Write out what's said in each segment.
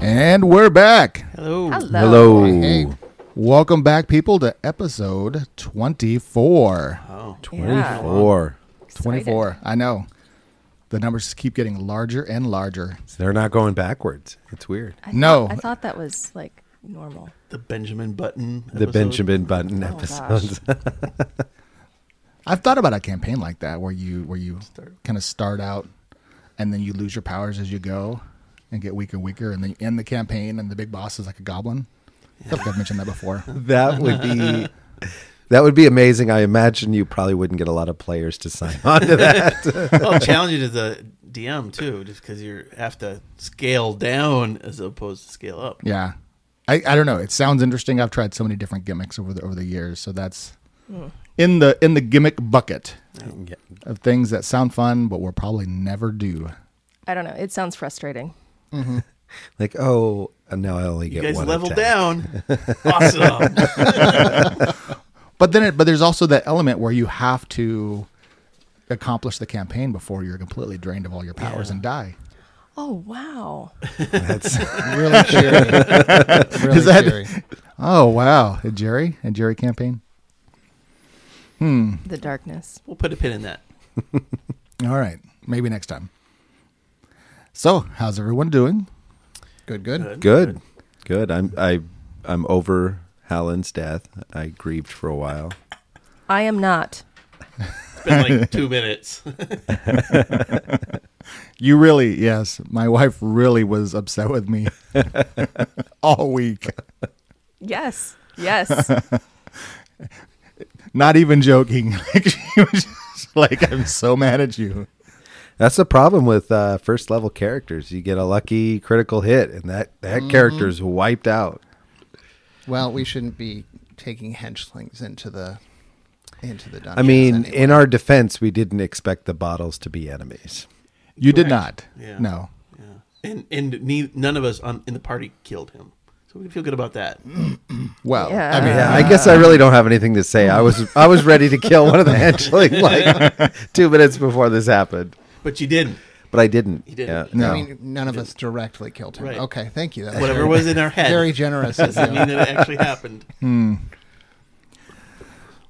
And we're back. Hello. Hello. Hello. Welcome back, people, to episode 24. Oh. Yeah. 24. 24. I know. The numbers just keep getting larger and larger. So they're not going backwards. It's weird. I No. thought- I thought that was like normal. The Benjamin Button. The episode. Benjamin Button Oh, gosh. episodes. I've thought about a campaign like that where you where you kind of start out and then you lose your powers as you go and get weaker and weaker and then you end the campaign and the big boss is like a goblin. I feel like I've mentioned that before. that would be that would be amazing. I imagine you probably wouldn't get a lot of players to sign on to that. well, challenging as a DM too, just because you have to scale down as opposed to scale up. Yeah. I, I don't know. It sounds interesting. I've tried so many different gimmicks over the over the years, so that's Hmm. in the in the gimmick bucket of things that sound fun but will probably never do. I don't know. It sounds frustrating. Like, oh, now I only You get guys one. level attack. down. awesome. But then it, but there's also that element where you have to accomplish the campaign before you're completely drained of all your powers and die. Oh wow. That's Really cheery. Really that- cheery. oh wow. A Jerry? A Jerry campaign? the darkness. We'll put a pin in that. All right. Maybe next time. So, how's everyone doing? Good, good. good. Good. I'm I I'm over Hallen's death. I grieved for a while. I am not. It's been like two minutes. You really, yes. My wife really was upset with me all week. Yes. Yes. Not even joking. Like she was just like, I'm so mad at you. That's the problem with uh, first level characters. You get a lucky critical hit, and that that Mm-hmm. character's wiped out. Well, we shouldn't be taking henchlings into the into the dungeon. I mean, in our defense, we didn't expect the bottles to be enemies. You did not. Yeah. No. Yeah. And and ne- none of us on, in the party killed him, so we can feel good about that. Well, Yeah. I mean, Yeah, I guess I really don't have anything to say. I was I was ready to kill one of the henchlings like two minutes before this happened, But you didn't. but I didn't. You didn't. Yeah, no. I mean, none of us directly killed him. Right. Okay, thank you. That was Whatever very- was in our head very generous of doesn't you. mean that it actually happened.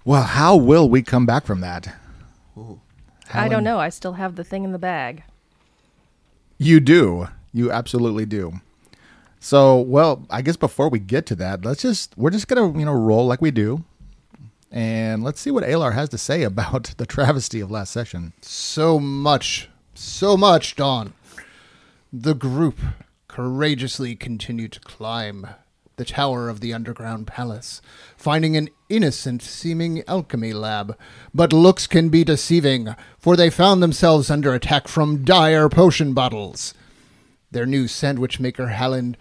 well, how will we come back from that? I Helen? don't know. I still have the thing in the bag. You do. You absolutely do. So, well, I guess before we get to that, let's just we're just gonna you know roll like we do, and let's see what Alar has to say about the travesty of last session. so much, so much, Dawn. The group courageously continued to climb the tower of the underground palace, finding an innocent seeming alchemy lab. But looks can be deceiving, for they found themselves under attack from dire potion bottles. Their new sandwich maker, Halland,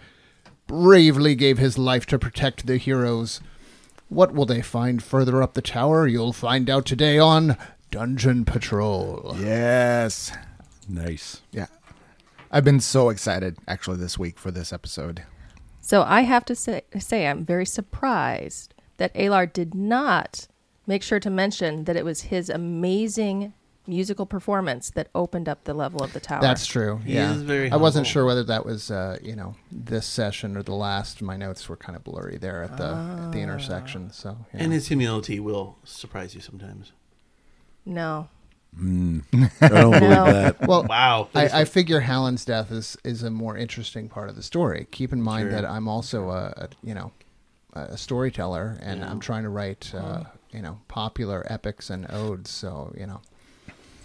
bravely gave his life to protect the heroes. What will they find further up the tower? You'll find out today on Dungeon Patrol. Yes. nice. Yeah. I've been so excited actually this week for this episode. So I have to say, say I'm very surprised that Alar did not make sure to mention that it was his amazing musical performance that opened up the level of the tower. That's true. He yeah, is very I wasn't humble. sure whether that was uh, you know this session or the last. My notes were kind of blurry there at the at the intersection. So yeah. Ah. And his humility will surprise you sometimes. no. I don't believe No. that. well, Wow. I, I figure Hallen's death is is a more interesting part of the story. Keep in mind Sure. that I'm also a, a you know a a storyteller, and I'm trying to write uh, you know popular epics and odes. So you know,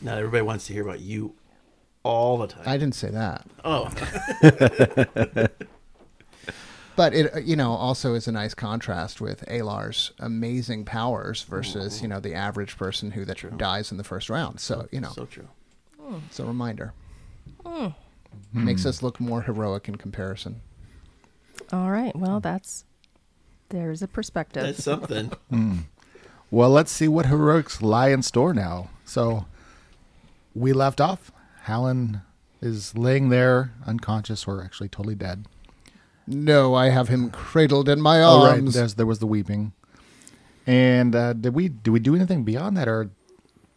Not everybody wants to hear about you all the time. I didn't say that. oh, but it uh, you know also is a nice contrast with Alar's amazing powers versus you know the average person who that dies in the first round. So you know, so true. it's a reminder. Makes us look more heroic in comparison. All right. Well, that's there's a perspective. That's something. Well, let's see what heroics lie in store now. So we left off. Hallen is laying there unconscious or actually totally dead. No, I have him cradled in my Oh, right. arms. There's, there was the weeping. And uh, did we do we do anything beyond that or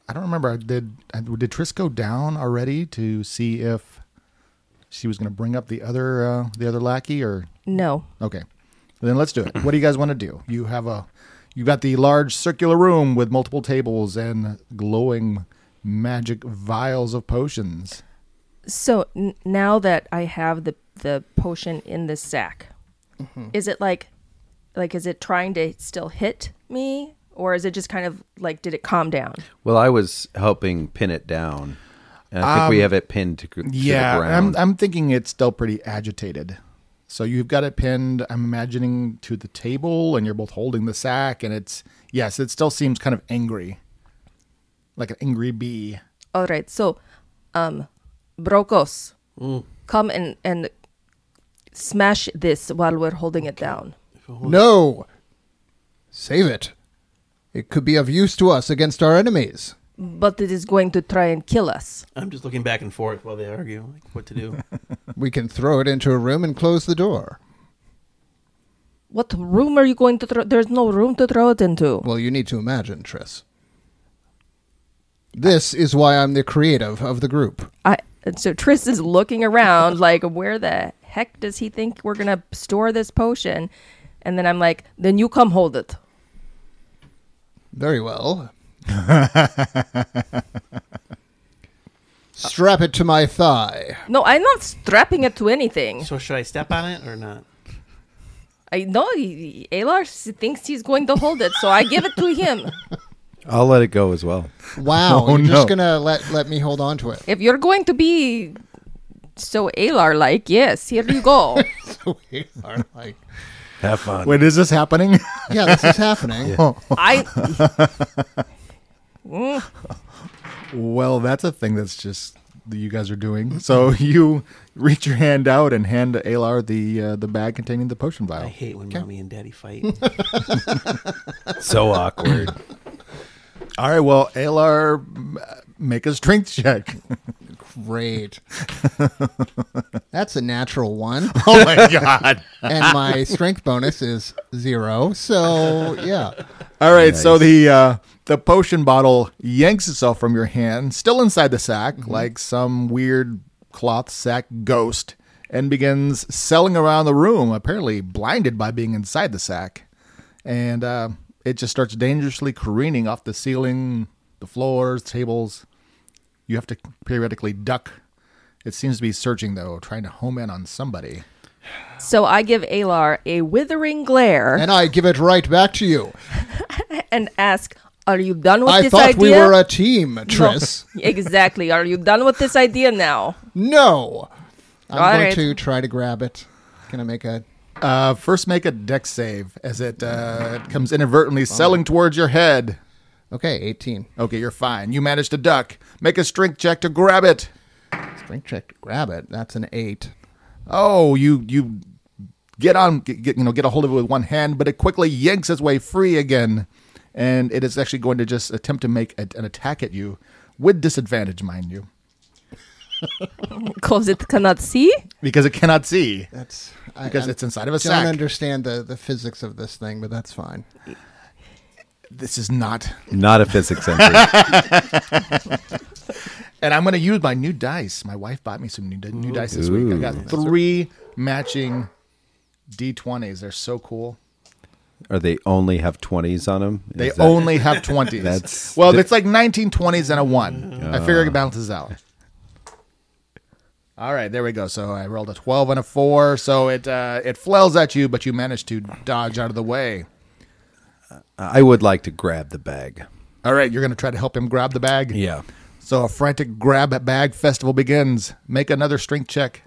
I don't remember. Did uh, did Tris go down already to see if she was going to bring up the other uh, the other lackey or No. okay. Then let's do it. What do you guys want to do? You have a you got the large circular room with multiple tables and glowing magic vials of potions. So n- now that I have the the potion in this sack, is it like, like is it trying to still hit me, or is it just kind of like did it calm down? Well, I was helping pin it down, and I think we have it pinned to, gr- to Yeah, the I'm ground. I'm thinking it's still pretty agitated. So you've got it pinned. I'm imagining to the table, and you're both holding the sack, and it's yes, it still seems kind of angry, like an angry bee. All right, so, um, Brokos, come and and smash this while we're holding it down. No! Save it. It could be of use to us against our enemies. But it is going to try and kill us. I'm just looking back and forth while they argue like what to do. We can throw it into a room and close the door. What room are you going to throw? There's no room to throw it into. Well, you need to imagine, Triss. This is why I'm the creative of the group. I and so Triss is looking around like where the heck does he think we're gonna store this potion? And then I'm like, then you come hold it. Very well. Strap it to my thigh. No, I'm not strapping it to anything. so should I step on it or not? I know he- Alar s- thinks he's going to hold it, so I give it to him. I'll let it go as well. Wow, Oh, you're no. just gonna let let me hold on to it. If you're going to be so Alar like, yes, here you go. So we are like, Have fun. Wait, is this happening? yeah, this is happening. I well, that's a thing that's just that you guys are doing. So you reach your hand out and hand Alar the uh, the bag containing the potion I vial. hate when mommy and daddy fight. so awkward. All right, well, Alar, m- make a strength check. Great. That's a natural one, oh my god. and my strength bonus is zero. So yeah, All right, so the uh, the potion bottle yanks itself from your hand, still inside the sack, like some weird cloth sack ghost, and begins selling around the room, apparently blinded by being inside the sack. And uh, it just starts dangerously careening off the ceiling, the floors, tables. You have to periodically duck. It seems to be searching, though, trying to home in on somebody. so I give Alar a withering glare and I give it right back to you. and ask, "Are you done with I this thought idea?" we were a team, Triss. exactly. Are you done with this idea now? No, I'm All going right. to try to grab it. Can I make a? Uh, first, make a deck save as it uh, comes inadvertently selling towards your head. Okay, 18. Okay, you're fine. You managed to duck. Make a strength check to grab it. Strength check to grab it. That's an eight. Oh, you you get on get, get, you know get a hold of it with one hand, but it quickly yanks its way free again, and it is actually going to just attempt to make a, an attack at you with disadvantage, mind you, Because it cannot see? because it cannot see That's I, because I'm- it's inside of a don't sack. understand the the physics of this thing, but that's fine. this is not. Not a physics entry. And I'm going to use my new dice. My wife bought me some new, new dice this week. I got three matching d20s. They're so cool. Or they only have 20s on them? They only have 20s. That's- well, it's like 1920s and a 1. I figure it balances out. Ah. All right, there we go. So I rolled a 12 and a 4, so it uh, it flails at you, but you manage to dodge out of the way. I would like to grab the bag. All right, you're going to try to help him grab the bag. Yeah. So a frantic grab at bag festival begins. Make another strength check.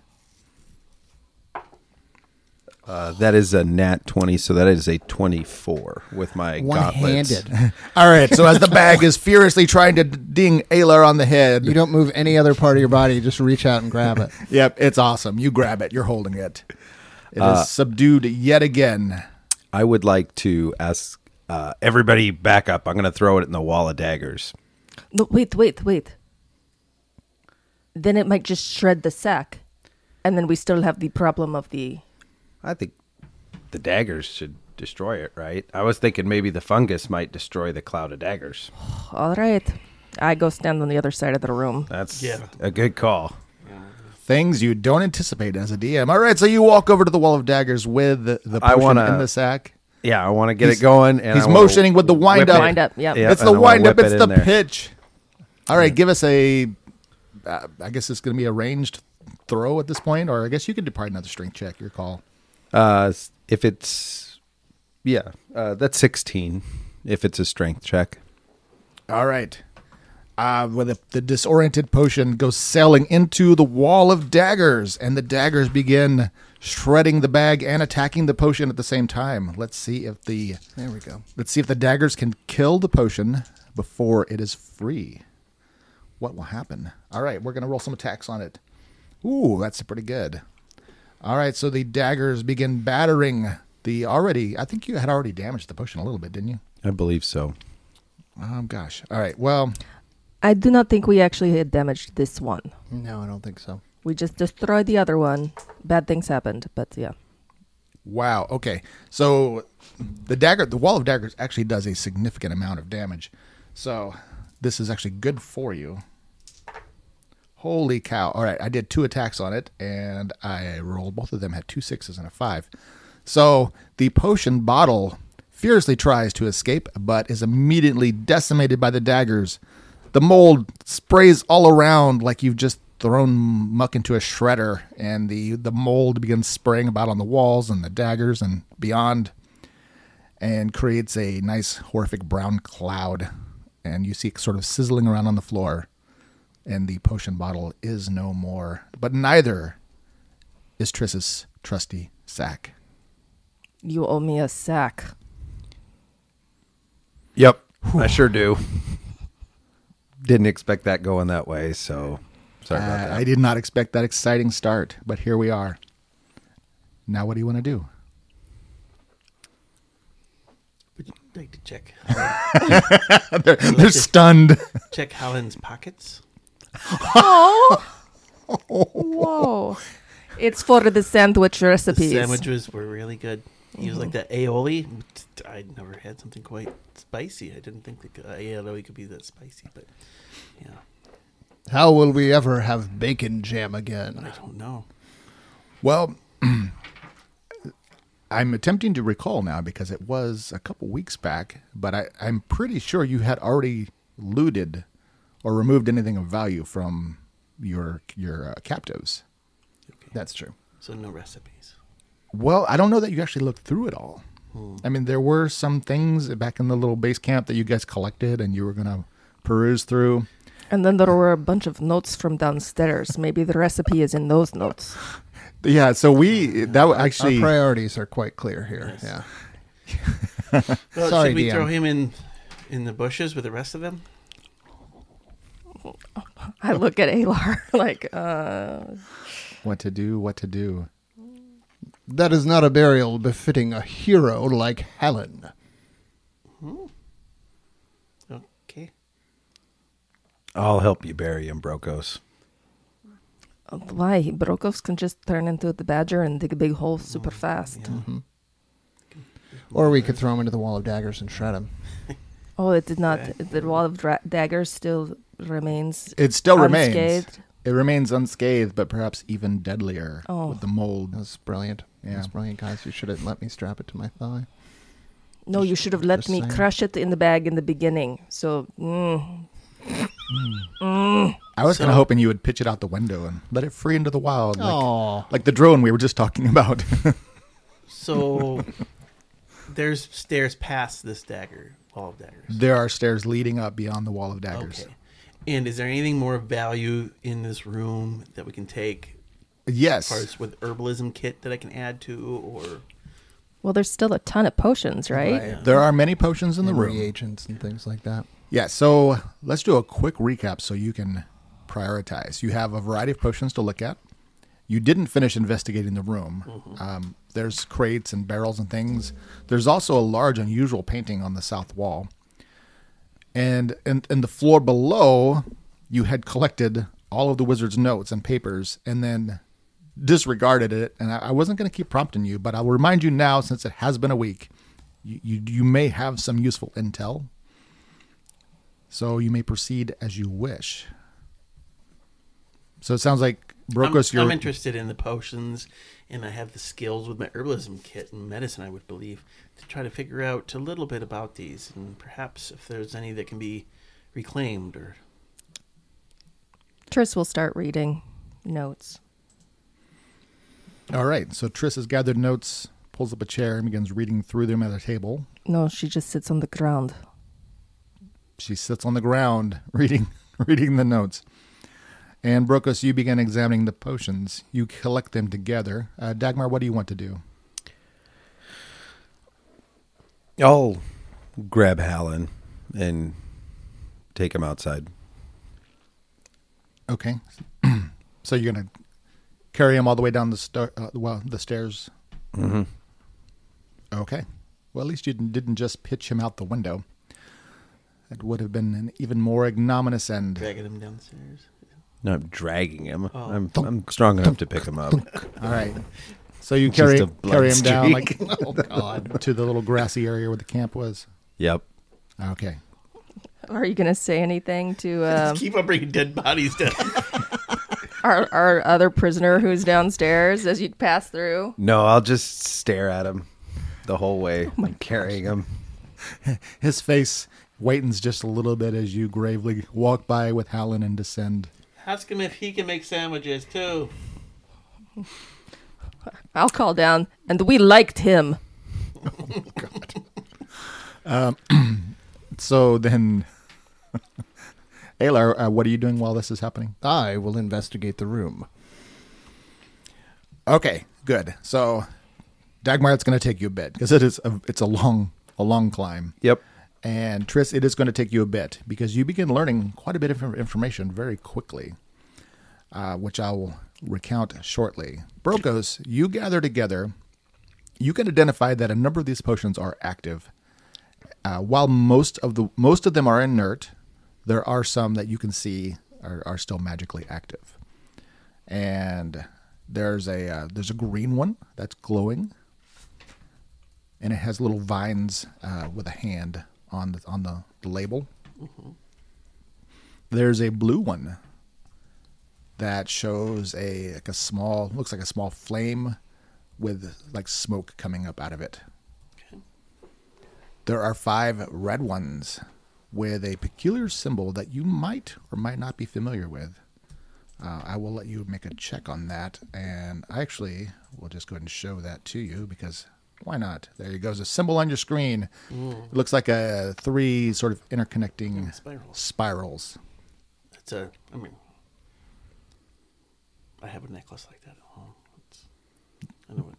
Uh, that is a nat 20, so that is a 24 with my gauntlets. One-handed. All right, so as the bag is furiously trying to ding Aylar on the head, you don't move any other part of your body. You just reach out and grab it. yep, it's awesome. You grab it, you're holding it. It is subdued yet again. I would like to ask uh, everybody back up. I'm going to throw it in the wall of daggers. No, wait, wait, wait. Then it might just shred the sack. And then we still have the problem of the. I think the daggers should destroy it, right? I was thinking maybe the fungus might destroy the cloud of daggers. All right. I go stand on the other side of the room. That's Yeah. a good call. Things you don't anticipate as a DM. All right, so you walk over to the wall of daggers with the potion I wanna- in the sack. Yeah, I want to get He's- it going. And he's I wanna motioning with the wind whip up. it. Wind up, yep. Yep, it's and the I wanna wind up. whip It's it the in there. pitch. All right, give us a. Uh, I guess it's going to be a ranged throw at this point, or I guess you could do probably another strength check. Your call. Uh, s- if it's, yeah, uh, that's 16 if it's a strength check. All right. Uh, well, the, the disoriented potion goes sailing into the wall of daggers, and the daggers begin shredding the bag and attacking the potion at the same time. Let's see if the There we go. let's see if the daggers can kill the potion before it is free. What will happen? All right, we're gonna roll some attacks on it. Ooh, that's pretty good. All right, so the daggers begin battering the already. I think you had already damaged the potion a little bit, didn't you? I believe so. Oh, Um, gosh. All right. Well, I do not think we actually had damaged this one. No, I don't think so. We just destroyed the other one. Bad things happened, but yeah. Wow. Okay. So the dagger, the wall of daggers actually does a significant amount of damage. So this is actually good for you. Holy cow. All right. I did two attacks on it and I rolled both of them had two sixes and a five. So the potion bottle fiercely tries to escape but is immediately decimated by the daggers. The mold sprays all around like you've just thrown muck into a shredder and the the mold begins spraying about on the walls and the daggers and beyond and creates a nice horrific brown cloud and you see it sort of sizzling around on the floor and the potion bottle is no more but neither is Triss's trusty sack You owe me a sack. Yep, I sure do. Didn't expect that going that way, so sorry about Uh, that. I did not expect that exciting start but here we are now what do you want to do Would you like to check they're stunned check Holland's pockets? Oh! Whoa. It's for the sandwich recipes. The sandwiches were really good. He was like that aioli. I never had something quite spicy. I didn't think the aioli could be that spicy, but yeah, How will we ever have bacon jam again? I don't know. Well, I'm attempting to recall now because it was a couple weeks back, but I, I'm pretty sure you had already looted or removed anything of value from your your uh, captives. Okay. That's true. So no recipes. Well, I don't know that you actually looked through it all. I mean, there were some things back in the little base camp that you guys collected and you were going to peruse through. And then there were a bunch of notes from downstairs. Maybe the recipe is in those notes. Yeah, so we that wa- Our actually priorities are quite clear here. Yeah. Well, Sorry, should we DM. throw him in in the bushes with the rest of them? I look at Alar like, uh, what to do, what to do. That is not a burial befitting a hero like Helen. Okay. I'll help you bury him, Brokos. why? Brokos can just turn into the badger and dig a big hole super fast. Or we could throw him into the wall of daggers and shred him. Oh, it did not. The wall of dra- daggers still remains. It still remains. unscathed. It remains unscathed, but perhaps even deadlier Oh. with the mold. That was brilliant. That was Yeah. brilliant, guys. You should have let me strap it to my thigh. No, you should have let Just me saying. crush it in the bag in the beginning. So, mm, I was kind of So- hoping you would pitch it out the window and let it free into the wild, like, Oh. like the drone we were just talking about. So there's stairs past this dagger, wall of daggers. there are stairs leading up beyond the wall of daggers. Okay. And is there anything more of value in this room that we can take? Yes, Parts with herbalism kit that I can add to, or well, there's still a ton of potions, right? there are many potions in the and room. reagents and things like that. Yeah, so let's do a quick recap so you can prioritize. You have a variety of potions to look at. You didn't finish investigating the room. Mm-hmm. Um, there's crates and barrels and things. There's also a large, unusual painting on the south wall. And in, in the floor below, you had collected all of the wizard's notes and papers and then disregarded it. And I, I wasn't going to keep prompting you, but I'll remind you now since it has been a week, you, you, you may have some useful intel so you may proceed as you wish. So it sounds like Brokos, I'm, you're I'm interested in the potions, and I have the skills with my herbalism kit and medicine, I would believe, to try to figure out a little bit about these, and perhaps if there's any that can be reclaimed or Tris will start reading notes. all right. So Triss has gathered notes, pulls up a chair, and begins reading through them at a table. No, she just sits on the ground. She sits on the ground reading reading the notes. And Brokos, you begin examining the potions. You collect them together. Uh, Dagmar, what do you want to do? I'll grab Hallen and take him outside. Okay. so you're gonna carry him all the way down the star, uh, well, the stairs. Mm-hmm. Okay. Well, at least you didn't didn't just pitch him out the window. That would have been an even more ignominious end. dragging them downstairs. No, I'm dragging him. Oh. I'm, I'm strong enough to pick him up. All right. So you Just carry a blood carry him down like streak. Oh God! to the little grassy area where the camp was. Yep. Okay. Are you going to say anything to um, Keep on bringing dead bodies down. our, our other prisoner who's downstairs as you pass through? No, I'll just stare at him the whole way. I'm carrying him. His face whitens just a little bit as you gravely walk by with Hallen and descend. Ask him if he can make sandwiches too. I'll call down, and we liked him. So then, Aylar, uh, what are you doing while this is happening? I will investigate the room. Okay, good. So, Dagmar, it's going to take you a bit because it is a, it's a long a long climb. Yep. And Triss, it is going to take you a bit because you begin learning quite a bit of information very quickly, uh, which I will recount shortly. Brokos, you gather together. You can identify that a number of these potions are active. Uh, while most of the most of them are inert, there are some that you can see are, are still magically active. And there's a uh, there's a green one that's glowing and it has little vines uh, with a hand on the on the, the label. There's a blue one that shows a like a small looks like a small flame with like smoke coming up out of it. There are five red ones with a peculiar symbol that you might or might not be familiar with. Uh, I will let you make a check on that, and I actually will just go ahead and show that to you because why not? There you go. There's a symbol on your screen. It looks like a three sort of interconnecting Spiral. spirals. That's a. I mean, I have a necklace like that at home. It's, I know what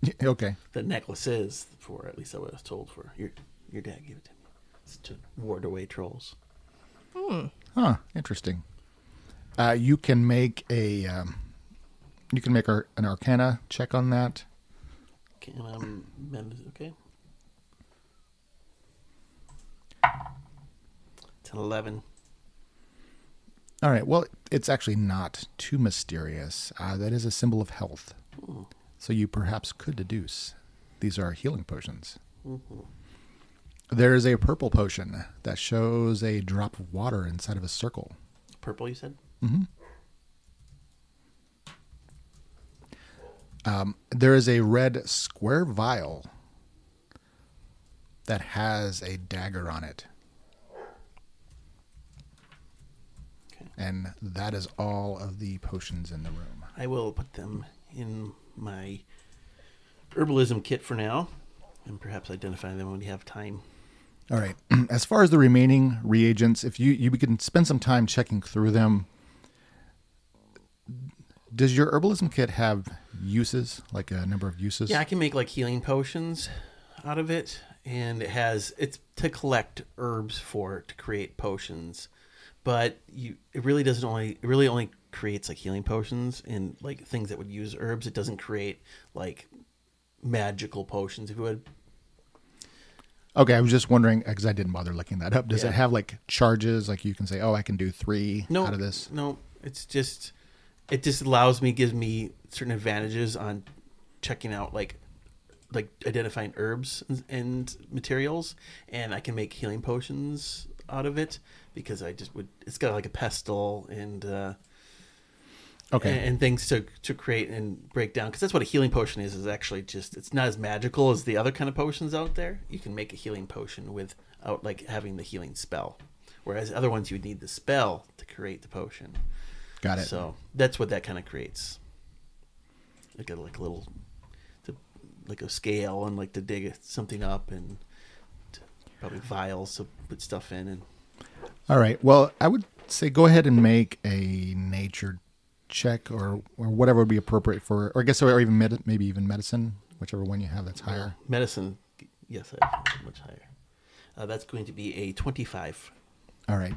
Y- Okay. the necklace is for. At least I was told for. Your your dad gave it to me. It's to ward away trolls. Huh. Interesting. Uh, you can make a um, you can make ar- an Arcana check on that. Can um, mem- okay. It's an eleven. All right. Well, it's actually not too mysterious. Uh, that is a symbol of health. So you perhaps could deduce these are healing potions. There is a purple potion that shows a drop of water inside of a circle. Purple, you said. There is a red square vial that has a dagger on it. Okay. And that is all of the potions in the room. I will put them in my herbalism kit for now, and perhaps identify them when we have time. All right. As far as the remaining reagents, if you you can spend some time checking through them, does your herbalism kit have uses, like a number of uses? Yeah, I can make like healing potions out of it, and it has it's to collect herbs for to create potions. But you, it really doesn't only it really only creates like healing potions and like things that would use herbs. It doesn't create like magical potions. If you would, Okay, I was just wondering because I didn't bother looking that up. Does Yeah. it have like charges? Like you can say, oh, I can do three no, out of this. no, it's just it just allows me gives me certain advantages on checking out like like identifying herbs and, and materials and i can make healing potions out of it because i just would it's got like a pestle and uh Okay. and, and things to to create and break down because that's what a healing potion is is actually just it's not as magical as the other kind of potions out there you can make a healing potion without like having the healing spell whereas other ones you would need the spell to create the potion Got it. so that's what that kind of creates like a like little the, like a scale and like to dig something up and t- probably vials to put stuff in and All right. Well, I would say go ahead and make a nature check or, or whatever would be appropriate for, or I guess, or even med- maybe even medicine, whichever one you have that's higher. medicine yes I have much higher uh, that's going to be a 25 All right.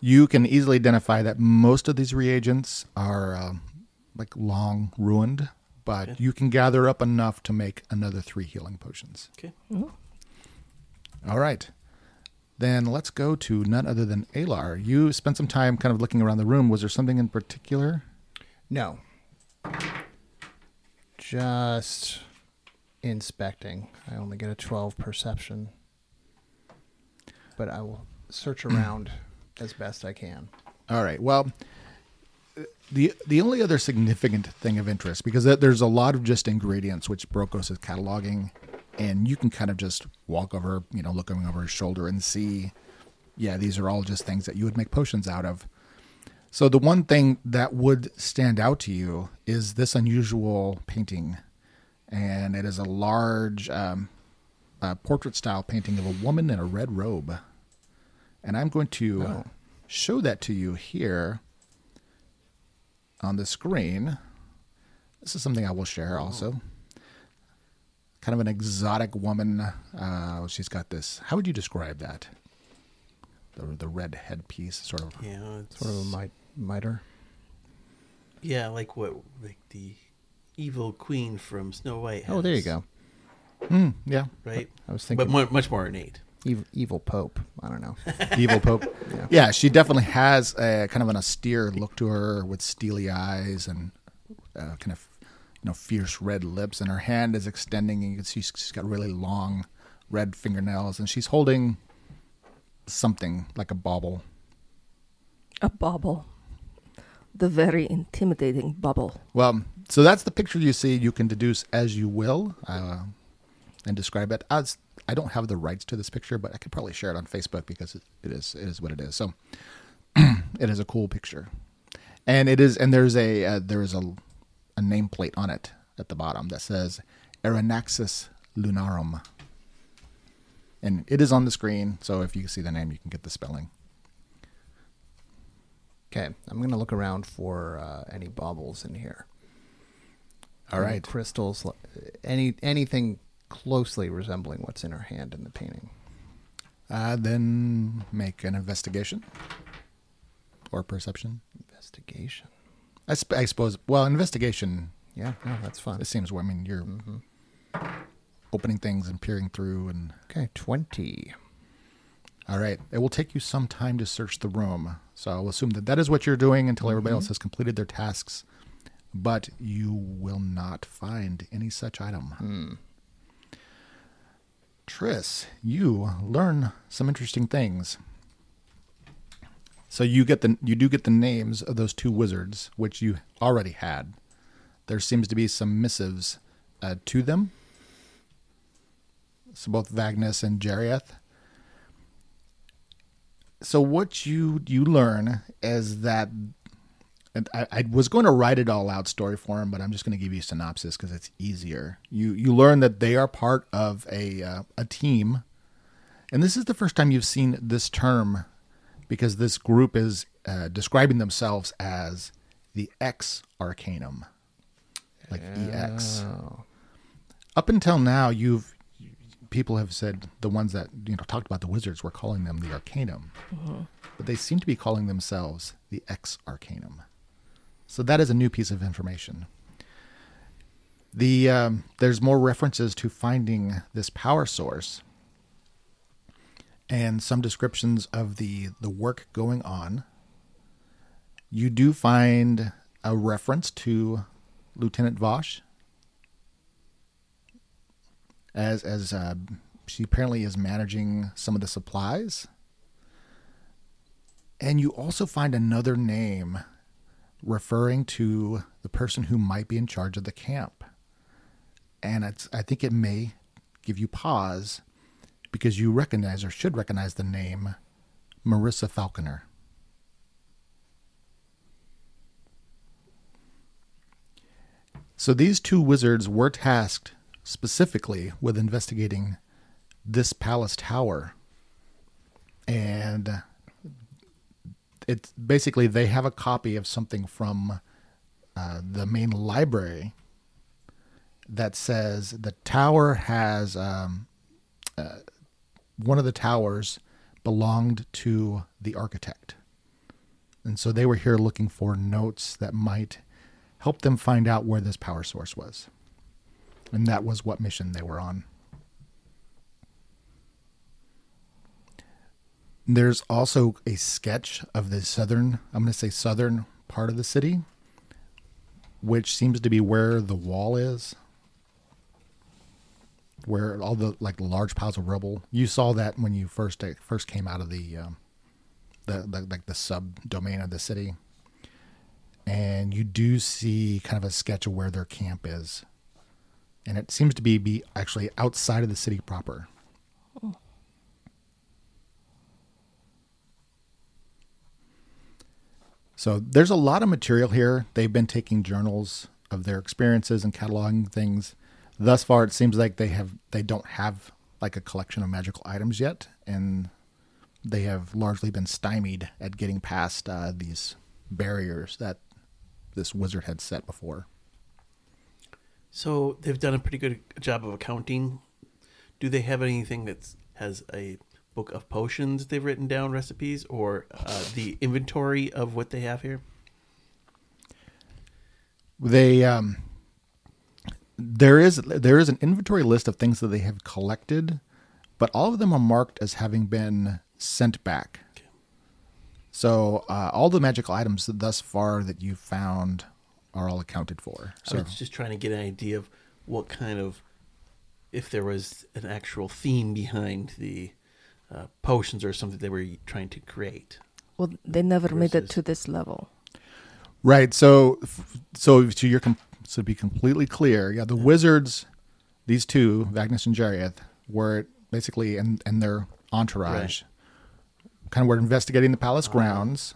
You can easily identify that most of these reagents are um, like long ruined, but you can gather up enough to make another three healing potions. okay All right. Then let's go to none other than Alar. You spent some time kind of looking around the room. Was there something in particular? No. Just inspecting. I only get a 12 perception. But I will search around as best I can. All right. Well, the the only other significant thing of interest because there- there's a lot of just ingredients which Brokos is cataloging, and you can kind of just walk over, you know, looking over his shoulder and see, yeah, these are all just things that you would make potions out of. So the one thing that would stand out to you is this unusual painting, and it is a large um, uh, portrait style painting of a woman in a red robe, and I'm going to uh show that to you here on the screen. This is something I will share also. Kind of an exotic woman. Uh, she's got this. How would you describe that? The, the red headpiece, sort of. yeah it's, Sort Oh, of a mit- miter. yeah like what like the evil queen from snow white Oh, there you has, go. Yeah. right I was thinking- but more, much more innate Evil, evil Pope. I don't know. Evil Pope. yeah. she definitely has a kind of an austere look to her with steely eyes and uh, kind of, you know, fierce red lips. And her hand is extending. And you can see she's got really long red fingernails. And she's holding something like a bauble. A bubble. The very intimidating bubble. Well, so that's the picture you see. You can deduce as you will uh, and describe it. As I don't have the rights to this picture, but I could probably share it on Facebook because it, it is it is what it is. So it is a cool picture, and it is and there's a uh, there is a a nameplate on it at the bottom that says Aranaxis lunarum, and it is on the screen. So if you see the name, you can get the spelling. Okay, I'm going to look around for uh, any baubles in here. All Any right. Crystals, uh, any anything closely resembling what's in her hand in the painting. Uh, then make an investigation or perception. Investigation. I, sp- I suppose. Well, investigation. Yeah, no, that's fun. It seems. I mean, you're opening things and peering through, and Okay, 20. all right. It will take you some time to search the room, so I'll assume that that is what you're doing until everybody else has completed their tasks. But you will not find any such item. Tris, you learn some interesting things. So you get the you do get the names of those two wizards, which you already had. There seems to be some missives uh, to them. So both Vagnus and Jarieth. So what you you learn is that, and I, I was going to write it all out story form, but I'm just going to give you a synopsis because it's easier. You you learn that they are part of a uh, a team and this is the first time you've seen this term because this group is uh, describing themselves as the X Arcanum. Like EX. Up until now, you've people have said the ones that you know talked about the wizards were calling them the Arcanum, but they seem to be calling themselves the X Arcanum. So that is a new piece of information. The um, there's more references to finding this power source and some descriptions of the the work going on you do find a reference to lieutenant vosh as as uh, she apparently is managing some of the supplies and you also find another name referring to the person who might be in charge of the camp. And it's, I think it may give you pause because you recognize or should recognize the name Marissa Falconer. So these two wizards were tasked specifically with investigating this palace tower. And it's basically they have a copy of something from uh, the main library that says the tower has um, uh, one of the towers belonged to the architect. And so they were here looking for notes that might help them find out where this power source was. And that was what mission they were on. There's also a sketch of the southern, I'm going to say southern part of the city, which seems to be where the wall is, where all the like large piles of rubble. You saw that when you first uh, first came out of the, um, the, the like the subdomain of the city, and you do see kind of a sketch of where their camp is, and it seems to be be actually outside of the city proper. So there's a lot of material here. They've been taking journals of their experiences and cataloging things. Thus far, it seems like they have they don't have like a collection of magical items yet, and they have largely been stymied at getting past uh, these barriers that this wizard had set before. So they've done a pretty good job of accounting. Do they have anything that has a book of potions they've written down recipes or uh, the inventory of what they have here? They um, there is there is an inventory list of things that they have collected, but all of them are marked as having been sent back. So uh, all the magical items thus far that you found are all accounted for. So So it's just trying to get an idea of what kind of, if there was an actual theme behind the uh, potions or something they were trying to create. Well, they never made it Versus- to this level. right, so f- so to your com- so to be completely clear, yeah, the wizards, these two Vagnus and Jareth, were basically and and their entourage, kind of were investigating the palace grounds,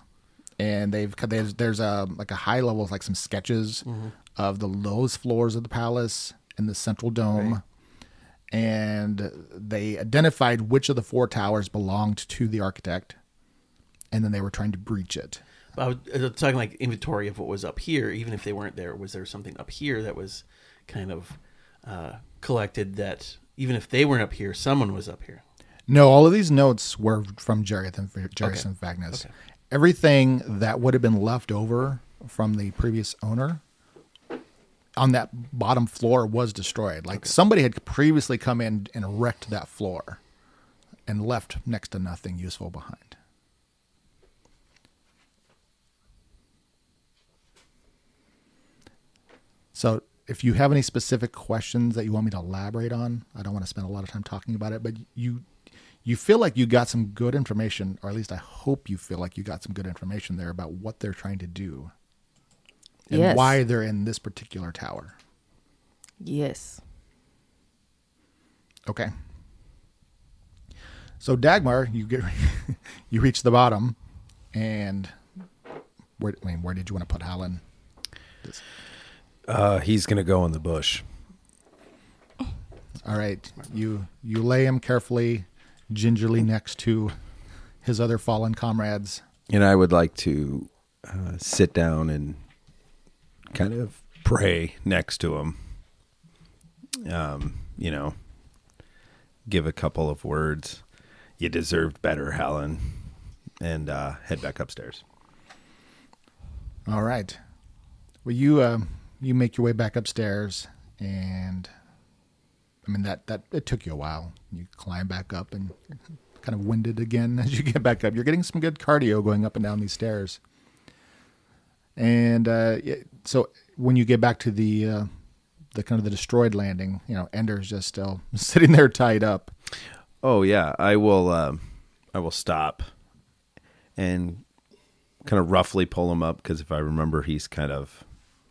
and they've there's there's a like a high level like some sketches of the lowest floors of the palace and the central dome. And they identified which of the four towers belonged to the architect, and then they were trying to breach it. But I was, I was talking like inventory of what was up here, even if they weren't there. Was there something up here that was kind of uh, collected that, even if they weren't up here, someone was up here? No, all of these notes were from Jareth and Jareth and Vagnus. Everything that would have been left over from the previous owner on that bottom floor was destroyed. Like somebody had previously come in and wrecked that floor and left next to nothing useful behind. So if you have any specific questions that you want me to elaborate on, I don't want to spend a lot of time talking about it, but you you feel like you got some good information, or at least I hope you feel like you got some good information there about what they're trying to do and Yes. why they're in this particular tower. Yes. Okay. So Dagmar, you get you reach the bottom, and where I mean, where did you want to put Helen? Uh, he's gonna go in the bush. All right, you you lay him carefully, gingerly next to his other fallen comrades. and I would like to uh, sit down and kind of pray next to him. Um, you know, give a couple of words. You deserved better, Helen, and uh, head back upstairs. All right. Well, you uh, you make your way back upstairs, and I mean that that it took you a while. You climb back up and kind of winded again as you get back up. You're getting some good cardio going up and down these stairs. And uh, yeah, so when you get back to the uh, the kind of the destroyed landing, you know, Ender's just still sitting there tied up. Oh yeah, I will. Um, I will stop and kind of roughly pull him up because if I remember, he's kind of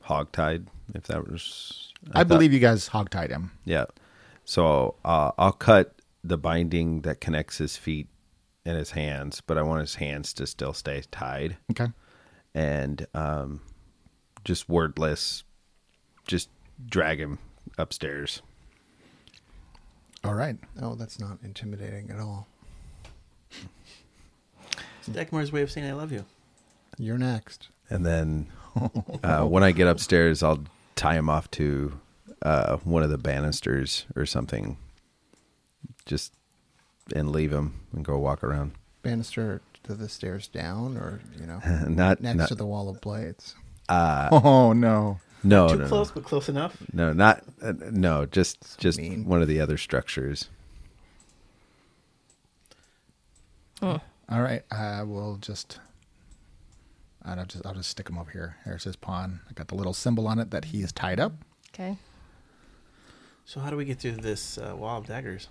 hogtied. If that was, I, thought- believe you guys hogtied him. Yeah. So uh, I'll cut the binding that connects his feet and his hands, but I want his hands to still stay tied Okay. and um, just wordless, just drag him upstairs. All right. Oh, that's not intimidating at all. It's Dagmar's way of saying I love you. You're next. And then uh, when I get upstairs, I'll tie him off to uh, one of the banisters or something. Just and leave him and go walk around. Banister to the stairs down, or you know, Not next not, to the wall of blades. oh no. no, Too no, close, no, but close enough. no, not uh, no, just just mean. one of the other structures. All right. I will just. I'll just I'll just stick him over here. Here's his pawn. I got the little symbol on it that he is tied up. Okay. So how do we get through this uh, wall of daggers?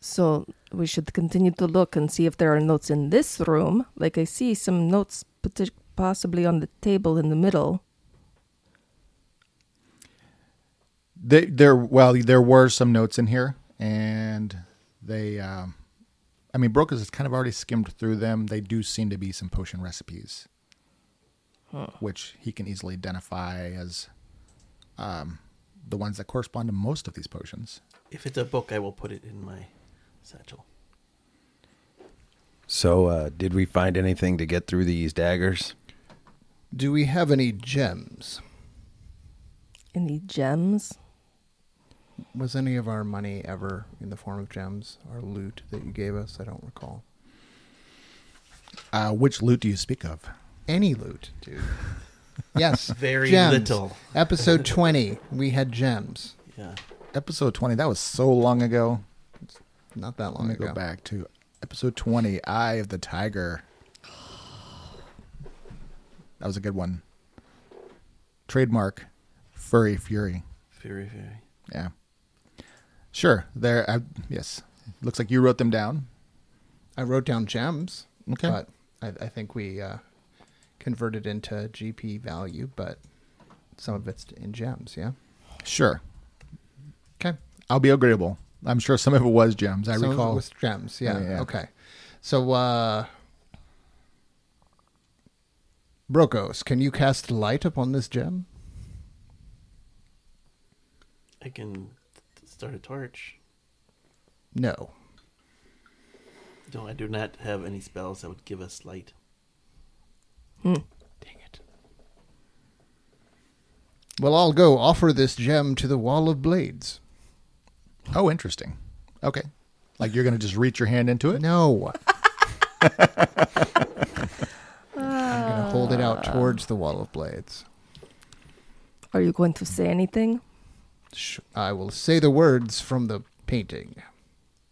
So we should continue to look and see if there are notes in this room. Like I see some notes poti- possibly on the table in the middle. They, there well there were some notes in here, and they. Um, I mean, Broca's has kind of already skimmed through them. They do seem to be some potion recipes, which he can easily identify as um, the ones that correspond to most of these potions. If it's a book, I will put it in my satchel. So, uh, did we find anything to get through these daggers? Do we have any gems? Any gems? Was any of our money ever in the form of gems? Our loot that you gave us? I don't recall. Uh, which loot do you speak of? Any loot, dude. Yes. Very gems. little. Episode 20, we had gems. Yeah. Episode twenty. That was so long ago. Not that Let long me ago. go back to episode 20, Eye of the Tiger. That was a good one. Trademark, Furry Fury. Very, very. Yeah. Sure. There. I, yes. Looks like you wrote them down. I wrote down gems. Okay. But I, I think we uh, converted into GP value, but some of it's in gems, yeah? Sure. Okay. I'll be agreeable. I'm sure some of it was gems. I Some of it recall. was gems, yeah. Yeah, yeah. Okay. So, uh. Brokos, can you cast light upon this gem? I can th- start a torch. No. No, I do not have any spells that would give us light. Hmm. Dang it. Well, I'll go offer this gem to the Wall of Blades. Oh, interesting. Okay. Like you're going to just reach your hand into it? No. I'm going to hold it out towards the Wall of Blades. Are you going to say anything? Sh- I will say the words from the painting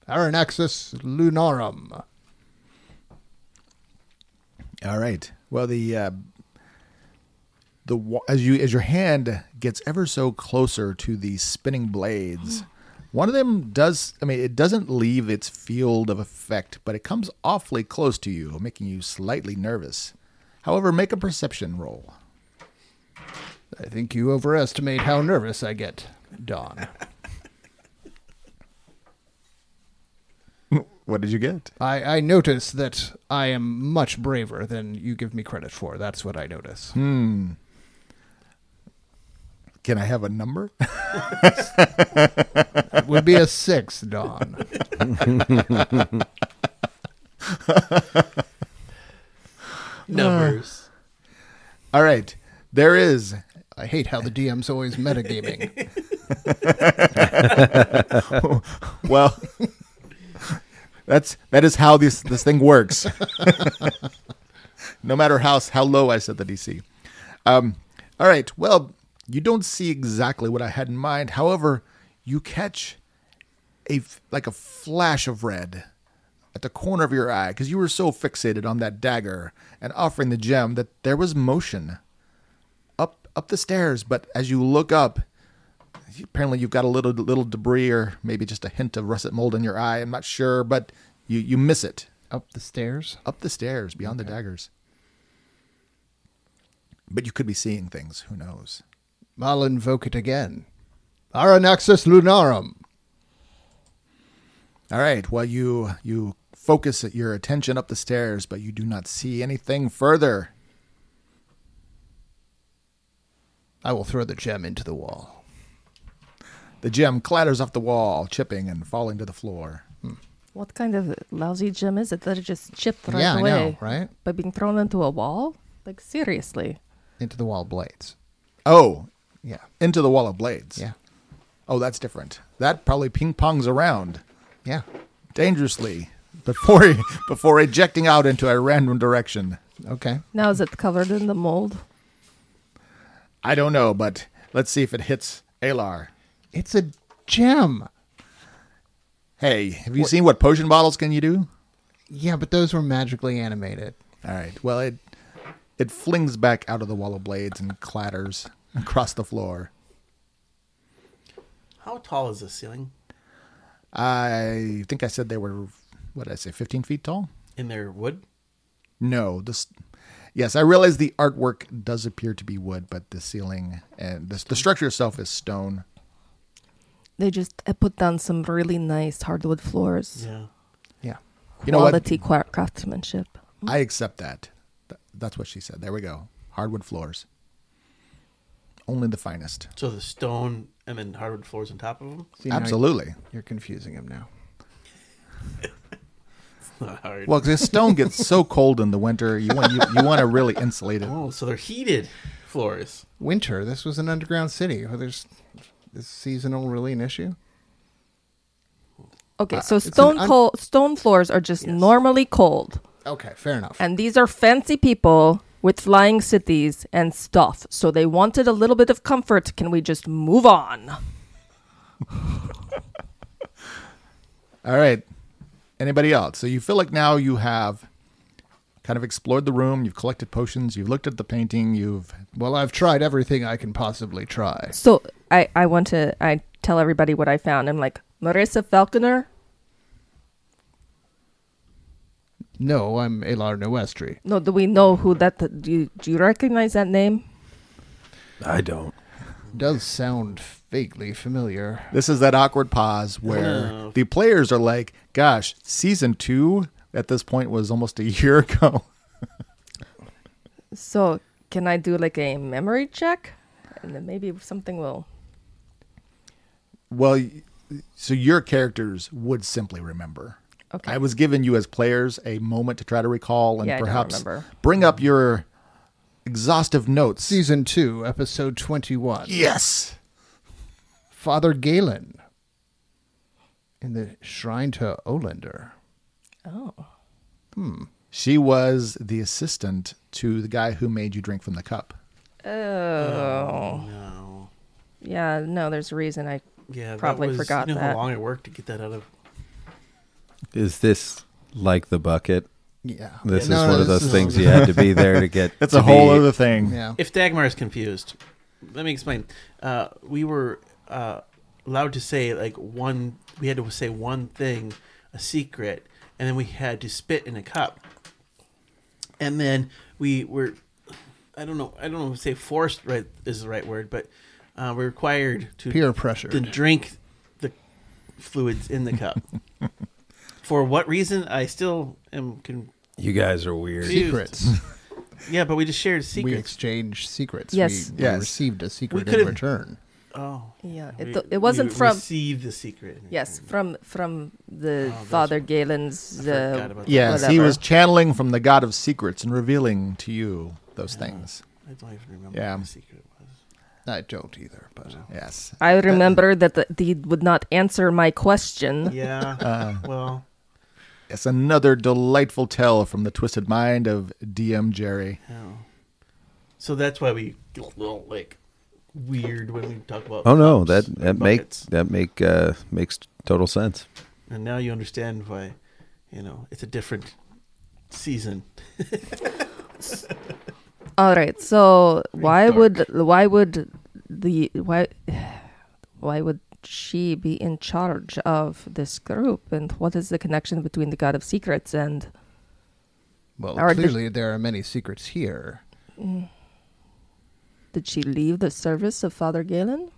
Aranaxis lunarum. All right. Well, the uh, the wa- as you as your hand gets ever so closer to the spinning blades, one of them does. I mean, it doesn't leave its field of effect, but it comes awfully close to you, making you slightly nervous. However, make a perception roll. I think you overestimate how nervous I get, Don. What did you get? I, I notice that I am much braver than you give me credit for. That's what I notice. Can I have a number? It would be a six, Don. Numbers. All right. There is I hate how the DM's always metagaming. well. That's that is how this this thing works. no matter how how low I set the DC. Um, all right. Well, you don't see exactly what I had in mind. However, you catch a f- like a flash of red at the corner of your eye because you were so fixated on that dagger and offering the gem that there was motion up up the stairs. But as you look up, apparently you've got a little little debris or maybe just a hint of russet mold in your eye. I'm not sure, but you you miss it. Up the stairs. up the stairs beyond the daggers. But you could be seeing things. Who knows? I'll invoke it again. Aranaxis lunarum. All right. Well, you you focus your attention up the stairs, but you do not see anything further. I will throw the gem into the wall. The gem clatters off the wall, chipping and falling to the floor. What kind of lousy gem is it that it just chipped right yeah, away I know, right? by being thrown into a wall? Like seriously, Into the wall blades. Oh, Yeah, into the wall of blades. yeah, Oh, that's different. That probably ping pongs around yeah. dangerously before before ejecting out into a random direction. Okay. now is it covered in the mold? I don't know, but let's see if it hits Alar. It's a gem. Hey, have you seen what potion bottles can you do? Yeah, but those were magically animated. All right. Well, it it flings back out of the wall of blades and clatters across the floor. How tall is the ceiling? I think I said they were what did I say, fifteen feet tall? In their wood? No, this. Yes, I realize the artwork does appear to be wood, but the ceiling and the, the structure itself is stone. They just uh, put down some really nice hardwood floors, Yeah. Yeah. You know what? quality qua- craftsmanship. I accept that. Th- that's what she said. There we go. Hardwood floors. Only the finest. So the stone and then hardwood floors on top of them? See, now Absolutely. You're confusing him now. It's not hard. Well, because stone gets so cold in the winter, you want you, you want to really insulate it. oh, so they're heated floors. Winter. This was an underground city. Where there's is seasonal really an issue? Uh, Okay, so stone un- cold stone floors are just normally cold, Okay, fair enough. and these are fancy people with flying cities and stuff. So they wanted a little bit of comfort. Can we just move on? All right. Anybody else? So you feel like now you have kind of explored the room, you've collected potions, you've looked at the painting, you've well, I've tried everything I can possibly try. So I, I want to I tell everybody what I found. I'm like Marissa Falconer. No, I'm Elar Noestri. No, do we know who that? Do you, do you recognize that name? I don't. Does sound vaguely familiar. this is that awkward pause where the players are like, gosh, season 2 at this point was almost a year ago. So can I do like a memory check, and then maybe something will. Well, y- so your characters would simply remember. Okay. I was giving you as players a moment to try to recall and Yeah, I don't perhaps remember. bring up your exhaustive notes. Season 2, Episode 21. Yes. Father Galen. In the shrine to Olander. Oh, She was the assistant to the guy who made you drink from the cup. Oh. No. yeah. No, there's a reason I. Yeah. that Probably was- forgot you know that. how long it worked to get that out of. Is this like the bucket? Yeah. This No, is no, one of this those is- things you had to be there to get. That's to a whole be- other thing. Yeah. If Dagmar is confused, let me explain. Uh, we were uh, allowed to say like one. We had to say one thing, a secret, and then we had to spit in a cup. And then we were, I don't know, I don't know if say forced right is the right word, but uh, we're required to Peer to pressured. drink the fluids in the cup. For what reason? I still am. Con- You guys are weird. See- Secrets. yeah, but we just shared We secrets. exchanged secrets. Yes. We, we Yes. received a secret in could've- return. oh, Yeah, We- it, it wasn't we from. received the secret. Yes, from from the Oh, that's Father Galen's. I forgot Uh, about that. Yes, he Whatever. was channeling from the god of secrets and revealing to you those things. I don't even remember Yeah. what the secret was. I don't either, but Yes. I remember that the, he would not answer my question. Yeah. Uh-uh. well, It's another delightful tale from the twisted mind of DM Jerry. yeah. so that's why we get a little like weird when we talk about. Oh no, cups that and that makes buckets. that make uh, makes total sense. And now you understand why, you know, it's a different season. All right. So why dark. would why would the why why would she be in charge of this group? And what is the connection between the God of Secrets and Well, Or the- clearly there are many secrets here. Did she leave the service of Father Galen?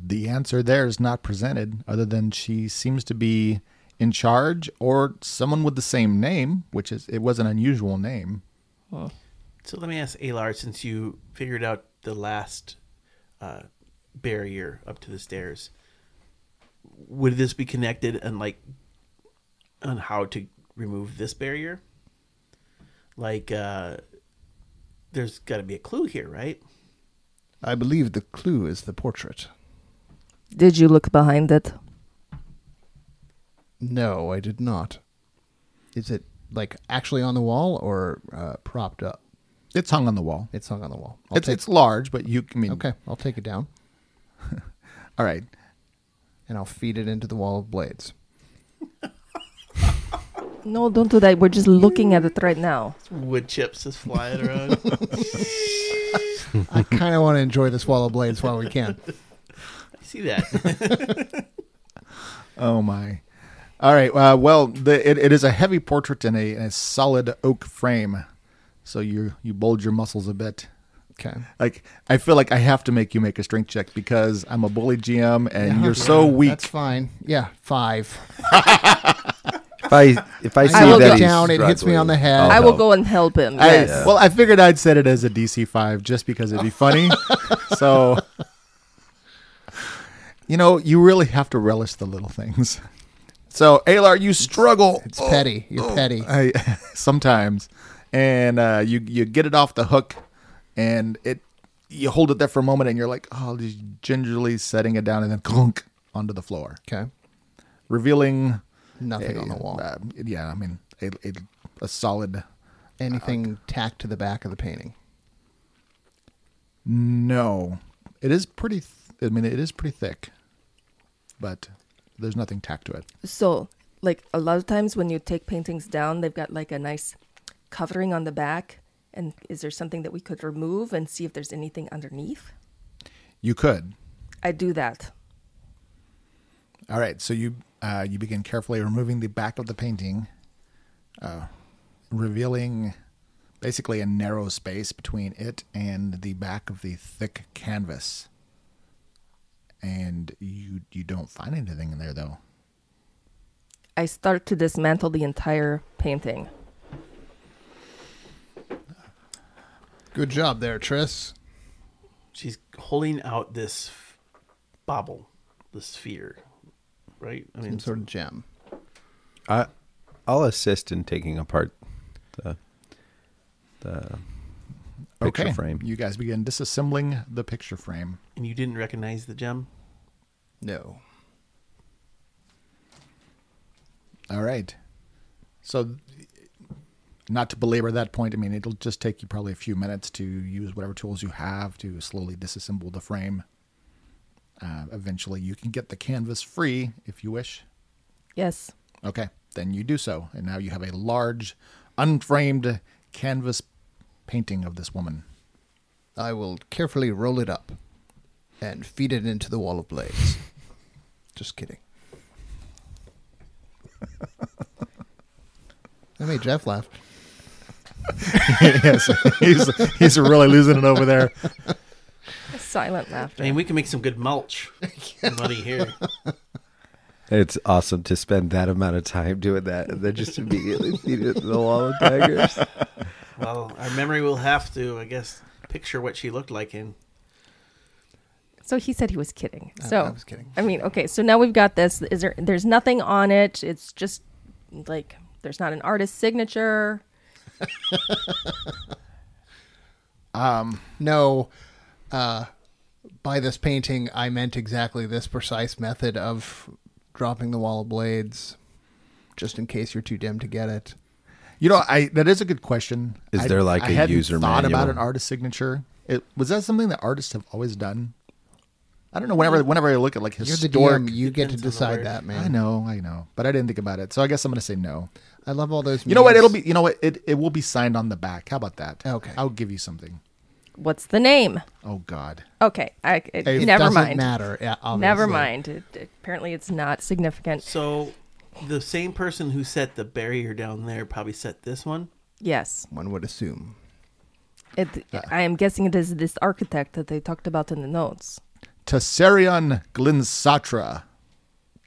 The answer there is not presented, other than she seems to be in charge or someone with the same name, which is it was an unusual name. So let me ask Alar, since you figured out the last uh, barrier up to the stairs, would this be connected and like on how to remove this barrier? Like, uh, there's got to be a clue here, right? I believe the clue is the portrait. Did you look behind it? No, I did not. Is it like actually on the wall or uh, propped up? It's hung on the wall. It's hung on the wall. I'll It's take- it's large, but you I mean okay. I'll take it down All right. and I'll feed it into the wall of blades. No, don't do that. We're just looking at it right now. Wood chips is flying around. I kind of want to enjoy this wall of blades while we can. I see that. Oh my. All right. Uh, well, the, it, it is a heavy portrait in a, in a solid oak frame, so you you bulge your muscles a bit. Okay. Like I feel like I have to make you make a strength check because I'm a bully GM and you're so weak. That's fine. Yeah, five. If I if I see will that go he's down, it hits me on the struggling, head. I'll I will help. go and help him. I, Yes. Well, I figured I'd set it as a DC five just because it'd be funny. so, you know, you really have to relish the little things. So, Alar, you struggle. It's petty. You're petty. Oh, I, sometimes, and uh, you you get it off the hook, and it you hold it there for a moment, and you're like, oh, just gingerly setting it down, and then clunk onto the floor, Okay. revealing Nothing a- on the wall. uh, yeah, I mean, a, a, a solid Anything tacked to the back of the painting. no. It is pretty. Th- I mean, it is pretty thick, but there's nothing tacked to it. So, like a lot of times when you take paintings down, they've got like a nice covering on the back. And is there something that we could remove and see if there's anything underneath? You could. I do that. All right, so you uh, you begin carefully removing the back of the painting, uh, revealing basically a narrow space between it and the back of the thick canvas. And you you don't find anything in there though. I start to dismantle the entire painting. Good job there, Tris. She's holding out this f- bobble, the sphere, right? I mean, Some sort of gem. I I'll assist in taking apart the the picture frame. You guys begin disassembling the picture frame. and you didn't recognize the gem. No. All right. So, not to belabor that point, I mean, it'll just take you probably a few minutes to use whatever tools you have to slowly disassemble the frame. Uh, eventually, you can get the canvas free if you wish. Yes. Okay, then you do so. And now you have a large, unframed canvas painting of this woman. I will carefully roll it up and feed it into the wall of blades. Just kidding. that made Jeff laugh. yes, he's, he's really losing it over there. A silent I laughter. mean, we can make some good mulch. Money here. It's awesome to spend that amount of time doing that and then just immediately feed it to the wall of tigers. Well, our memory will have to, I guess, picture what she looked like in. So he said he was kidding. I- So I was kidding. I mean, okay. So now we've got this. Is there? There's nothing on it. It's just like there's not an artist's signature. No, uh, by this painting, I meant exactly this precise method of dropping the wall of blades, just in case you're too dim to get it. You know, I that is a good question. Is I- there, like, I a hadn't user thought about manual? an artist signature? It, was that something that artists have always done? I don't know. Whenever whenever I look at like You're the historic, DM. You get to Depends on the decide word. that, man. I know, I know, but I didn't think about it. So I guess I'm gonna say no. I love all those. You know what? memes. It'll be you know what it, it will be signed on the back. How about that? Okay. I'll give you something. What's the name? Oh God, Okay. I, it, It never doesn't mind. Matter. Yeah, Never obviously. mind. It, it- apparently, it's not significant. So the same person who set the barrier down there probably set this one. Yes. One would assume. It, I am guessing it is this architect that they talked about in the notes. Tessarion Glinsatra.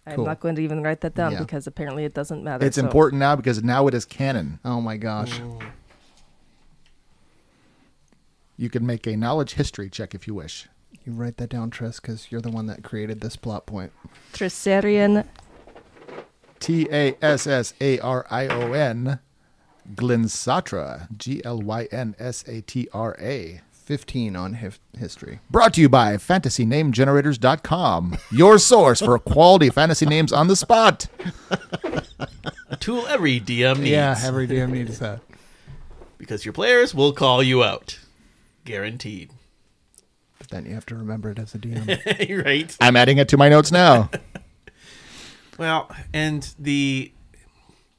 I'm Cool. not going to even write that down Yeah. because apparently it doesn't matter. It's so- important now because now it is canon. Oh my gosh. Mm. You can make a knowledge history check if you wish. You write that down, Tris, because you're the one that created this plot point. Tresarian T A S S A R I O N Glinsatra. G L Y N S A T R A. 15 on hif- history. Brought to you by fantasynamegenerators.com, your source for quality fantasy names on the spot. A tool every DM needs. Uh, every DM needs that. Because your players will call you out. Guaranteed. But then you have to remember it as a DM. right? I'm adding it to my notes now. Well, and the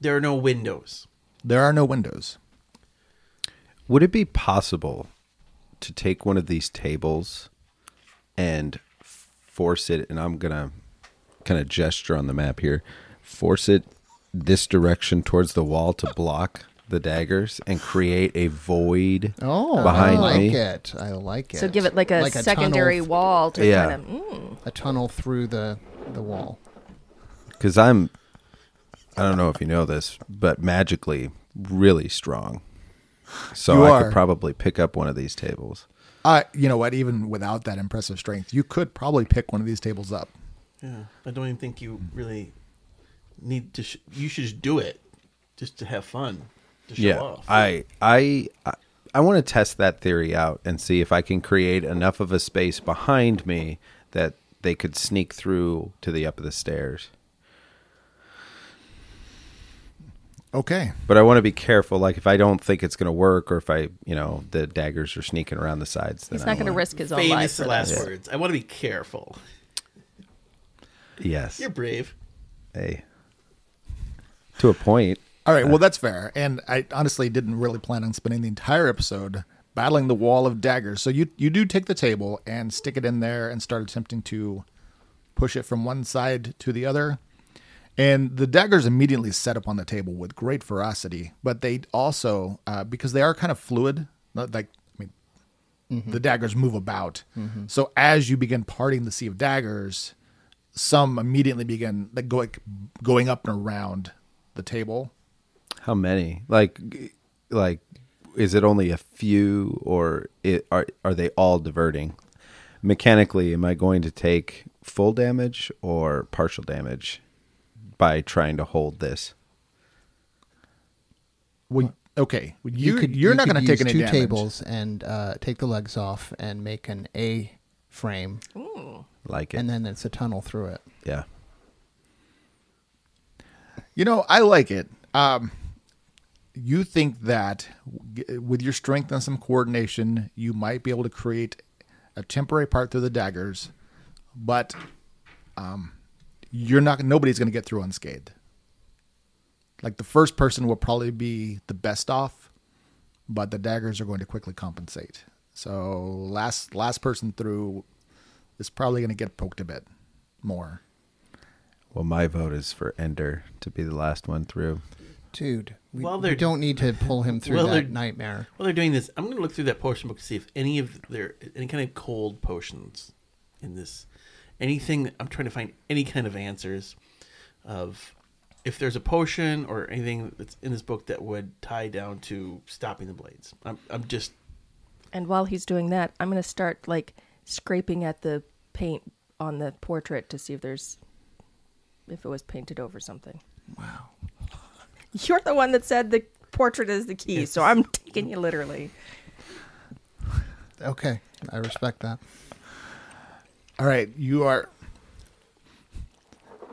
there are no windows. There are no windows. Would it be possible to take one of these tables and force it? And I'm going to kind of gesture on the map here force it this direction towards the wall to block the daggers and create a void Oh, behind I like me. it. I like it. So give it like a secondary tunnel, wall to Yeah. kind of. Mm, a tunnel through the the wall. Because I'm, I don't know if you know this, but magically really strong. So You I are. could probably pick up one of these tables. Uh, you know what? Even without that impressive strength, you could probably pick one of these tables up. Yeah. I don't even think you really need to. Sh- you should just do it just to have fun. To show off. I I I- I want to test that theory out and see if I can create enough of a space behind me that they could sneak through to the up of the stairs. Okay. But I want to be careful. Like if I don't think it's going to work, or if I you know the daggers are sneaking around the sides, then he's I not going to wanna- risk his own life. Famous for last this. words. I want to be careful. Yes, You're brave. hey, to a point. All right. Well, that's fair. And I honestly didn't really plan on spending the entire episode battling the wall of daggers. So you you do take the table and stick it in there and start attempting to push it from one side to the other. And the daggers immediately set upon the table with great ferocity, but they also uh, because they are kind of fluid, not like I mean, the daggers move about. So as you begin parting the sea of daggers, some immediately begin like go, like, going up and around the table. How many? Like g- like is it only a few or it, are are they all diverting? Mechanically, am I going to take full damage or partial damage by trying to hold this? Well, okay, well, You you could. you're you not could going to take use any two damage. tables and uh, take the legs off and make an A frame, Like it. and then it's a tunnel through it. yeah. You know, I like it. Um, you think that w- with your strength and some coordination, you might be able to create a temporary part through the daggers, but um, you're not. Nobody's going to get through unscathed. Like the first person will probably be the best off, but the daggers are going to quickly compensate. So last last person through is probably going to get poked a bit more. Well, my vote is for Ender to be the last one through. Dude, we, Well, we they're- don't need to pull him through Well, they're- that nightmare. While they're doing this, I'm going to look through that potion book to see if any of their any kind of cold potions in this, anything. I'm trying to find any kind of answers of if there's a potion or anything that's in this book that would tie down to stopping the blades. I'm, I'm just And while he's doing that, I'm going to start like scraping at the paint on the portrait to see if there's if it was painted over something. Wow. You're the one that said the portrait is the key, so I'm taking you literally. Okay, I respect that. All right, you are.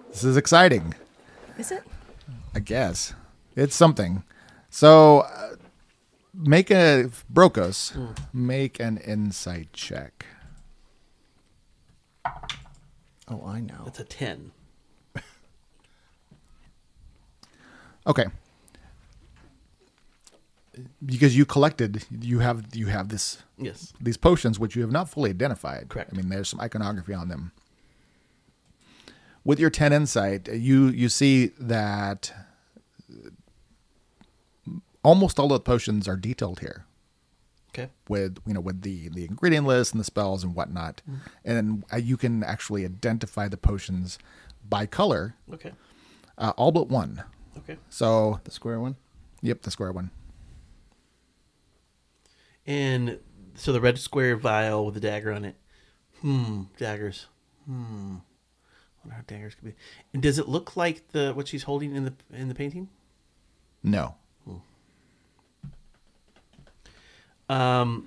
This is exciting, Is it? I guess. It's something. So, uh, make a Brokos. Make an insight check. Oh, I know. that's a ten. Okay. Because you collected, you have you have this Yes, these potions which you have not fully identified. Correct. I mean, there's some iconography on them. with your ten insight, uh, you you see that uh, almost all of the potions are detailed here Okay. with you know with the the ingredient list and the spells and whatnot, and uh, you can actually identify the potions by color, Okay. uh, all but one. Okay. So, The square one. yep, the square one. And so the red square vial with the dagger on it. Hmm. Daggers. Hmm. Wonder how daggers could be. And does it look like the what she's holding in the in the painting? No, Um.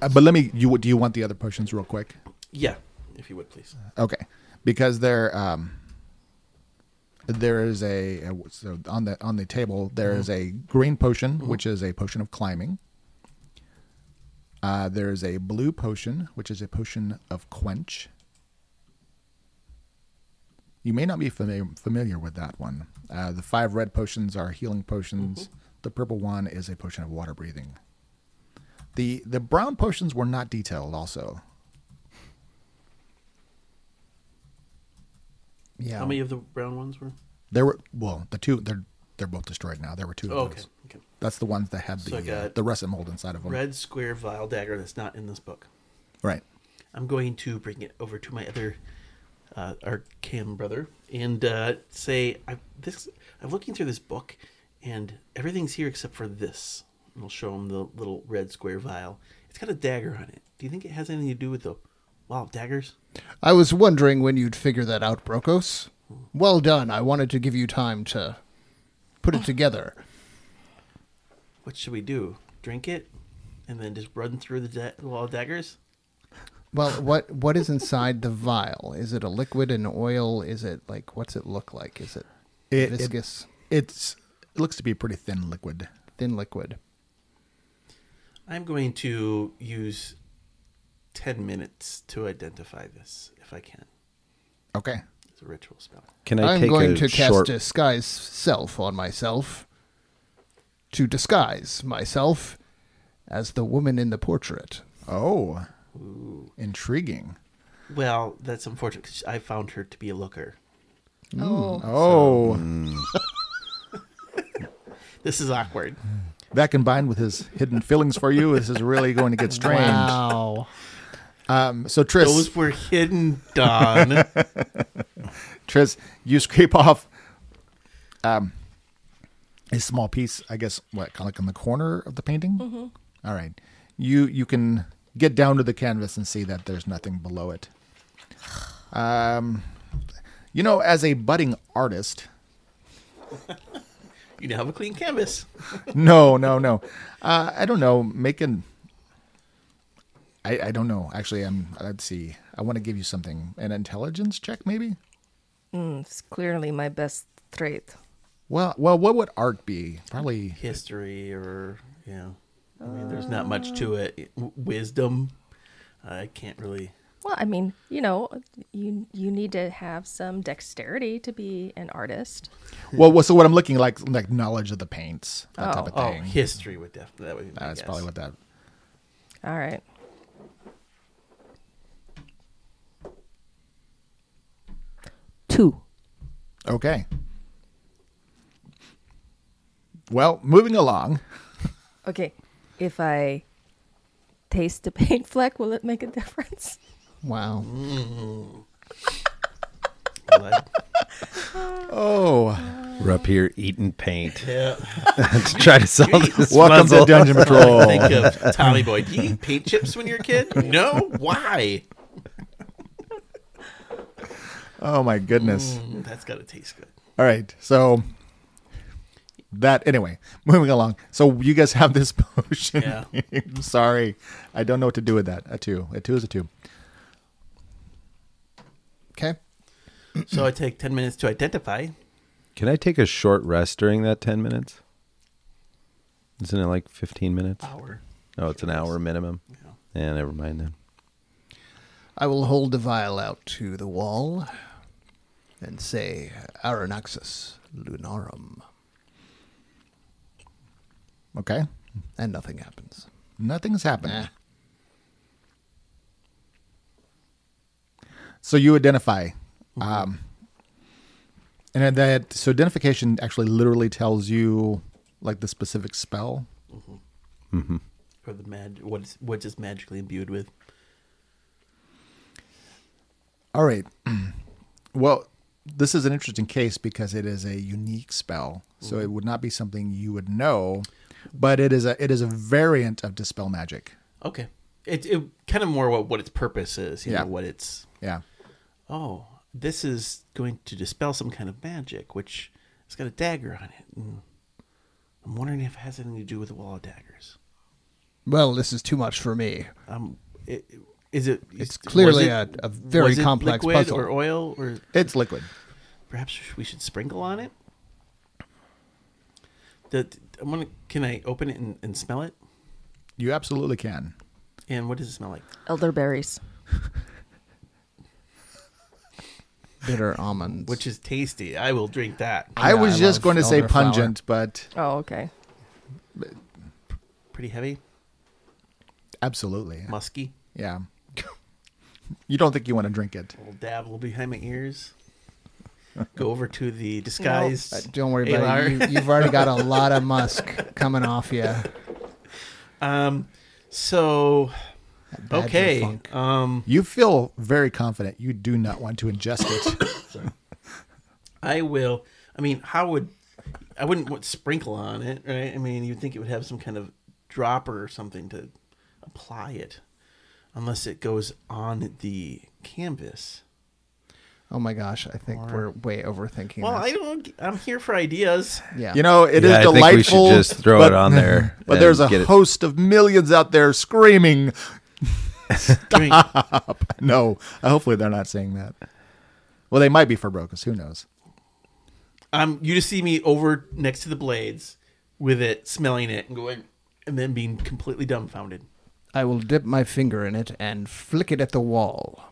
uh, but let me. You do you want the other potions real quick? Yeah. If you would please. Okay, because there um there is a a- so on the on the table there is a green potion which is a potion of climbing. Uh, there is a blue potion which is a potion of quench. You may not be familiar familiar with that one. Uh, the five red potions are healing potions. The purple one is a potion of water breathing. The the brown potions were not detailed also. Yeah. How many of the brown ones were? There were well, the two they're they're both destroyed now. There were two of Oh, okay. those. Okay. That's the ones that had So the I uh, got the russet mold inside of them. Red square vial dagger that's not in this book. Right. I'm going to bring it over to my other, uh, our cam brother, and uh, say, I, "This, I'm looking through this book, and everything's here except for this." And I'll show him the little red square vial. It's got a dagger on it. Do you think it has anything to do with the wow daggers? I was wondering when you'd figure that out, Brokos. Well done. I wanted to give you time Oh. to put it together. What should we do? Drink it, and then just run through the da- the wall of daggers? Well, what what is inside the vial? Is it a liquid and oil? Is it like what's it look like? Is it, It- it- viscous, It's it looks to be a pretty thin liquid. thin liquid? I'm going to use ten minutes to identify this if I can. Okay. It's a ritual spell. Can I I'm take going a to cast short... disguise self on myself to disguise myself as the woman in the portrait. Oh. Intriguing. Well, that's unfortunate 'cause I found her to be a looker. Oh, Oh. This is awkward. That combined with his hidden feelings for you, this is really going to get strange. Wow. Um, so Tris, Those were hidden, Don. Tris, you scrape off um, a small piece, I guess, what kind of like on the corner of the painting. Mm-hmm. right, you you can get down to the canvas and see that there's nothing below it. Um, you know, as a budding artist, you now have a clean canvas. no, no, no. Uh, I don't know. Make an. I, I don't know. Actually, I'm. Let's see. I want to give you something. An intelligence check, maybe. Mm, it's clearly my best trait. Well, well, what would art be? Probably History, or yeah, I mean, there's not much to it. W- Wisdom, I can't really. Well, I mean, you know, you you need to have some dexterity to be an artist. well, well, so what I'm looking like, like knowledge of the paints, that type of Oh, thing. history would definitely that would be. My That's guess. probably what that. All right. Two. Okay. Well, moving along. Okay. If I taste the paint fleck, will it make a difference? Wow. What? Oh, We're up here eating paint yeah. to try to solve this welcome puzzle. to Dungeon Patrol. Think of Tommy Boy. Do you eat paint chips when you're a kid? No. Why? oh my goodness. Mm, that's got to taste good. All right. So that anyway, moving along. So you guys have this potion. Yeah. I'm sorry. I don't know what to do with that. A 2. A 2 is a 2. Okay. So I take ten minutes to identify. Can I take a short rest during that 10 minutes? Isn't it like 15 minutes? Hour. Oh, it's an hour minimum. Yeah, never mind then. I will hold the vial out to the wall and say Aranaxus lunarum Okay. and nothing happens. Nothing's happened. Eh. So you identify. Um, And that so identification actually literally tells you like the specific spell. or the mag what is what is magically imbued with. All right. Well, this is an interesting case because it is a unique spell, so it would not be something you would know, but it is a it is a variant of dispel magic. Okay, it it kind of more what what its purpose is. You Yeah. know what it's Yeah. oh this is going to dispel some kind of magic which it's got a dagger on it. And I'm wondering if it has anything to do with the wall of daggers. Well, this is too much for me. Um, it, is it? It's is- clearly was it- a- a very was it complex liquid puzzle. or oil or It's liquid. perhaps we should sprinkle on it. The, I'm gonna, can I open it and, and smell it? You absolutely can. And what does it smell like? Elderberries. Bitter almonds. Which is tasty. I will drink that. I was I just love going to say elderflower. pungent, but Oh, okay. Pretty heavy, absolutely. musky. Yeah. You don't think you want to drink it. A little dabble behind my ears. Go over to the disguised. Uh, don't worry about Alar. it. You, you've already got a lot of musk coming off you. Um, so Badger okay. funk. Um, You feel very confident you do not want to ingest it. I will. I mean, how would I wouldn't want sprinkle on it, right? I mean, you'd think it would have some kind of dropper or something to apply it, unless it goes on the canvas. Oh my gosh, I think we're way overthinking Well, I this. don't. I'm here for ideas. yeah. You know, it is Yeah, I think we should delightful. just throw it on there But and there's a get it- host of millions out there screaming. Drink. No, uh, hopefully they're not saying that. Well, they might be for Brocus. Who knows? Um, you just see me over next to the blades with it, smelling it, and going, and then being completely dumbfounded. I will dip my finger in it and flick it at the wall.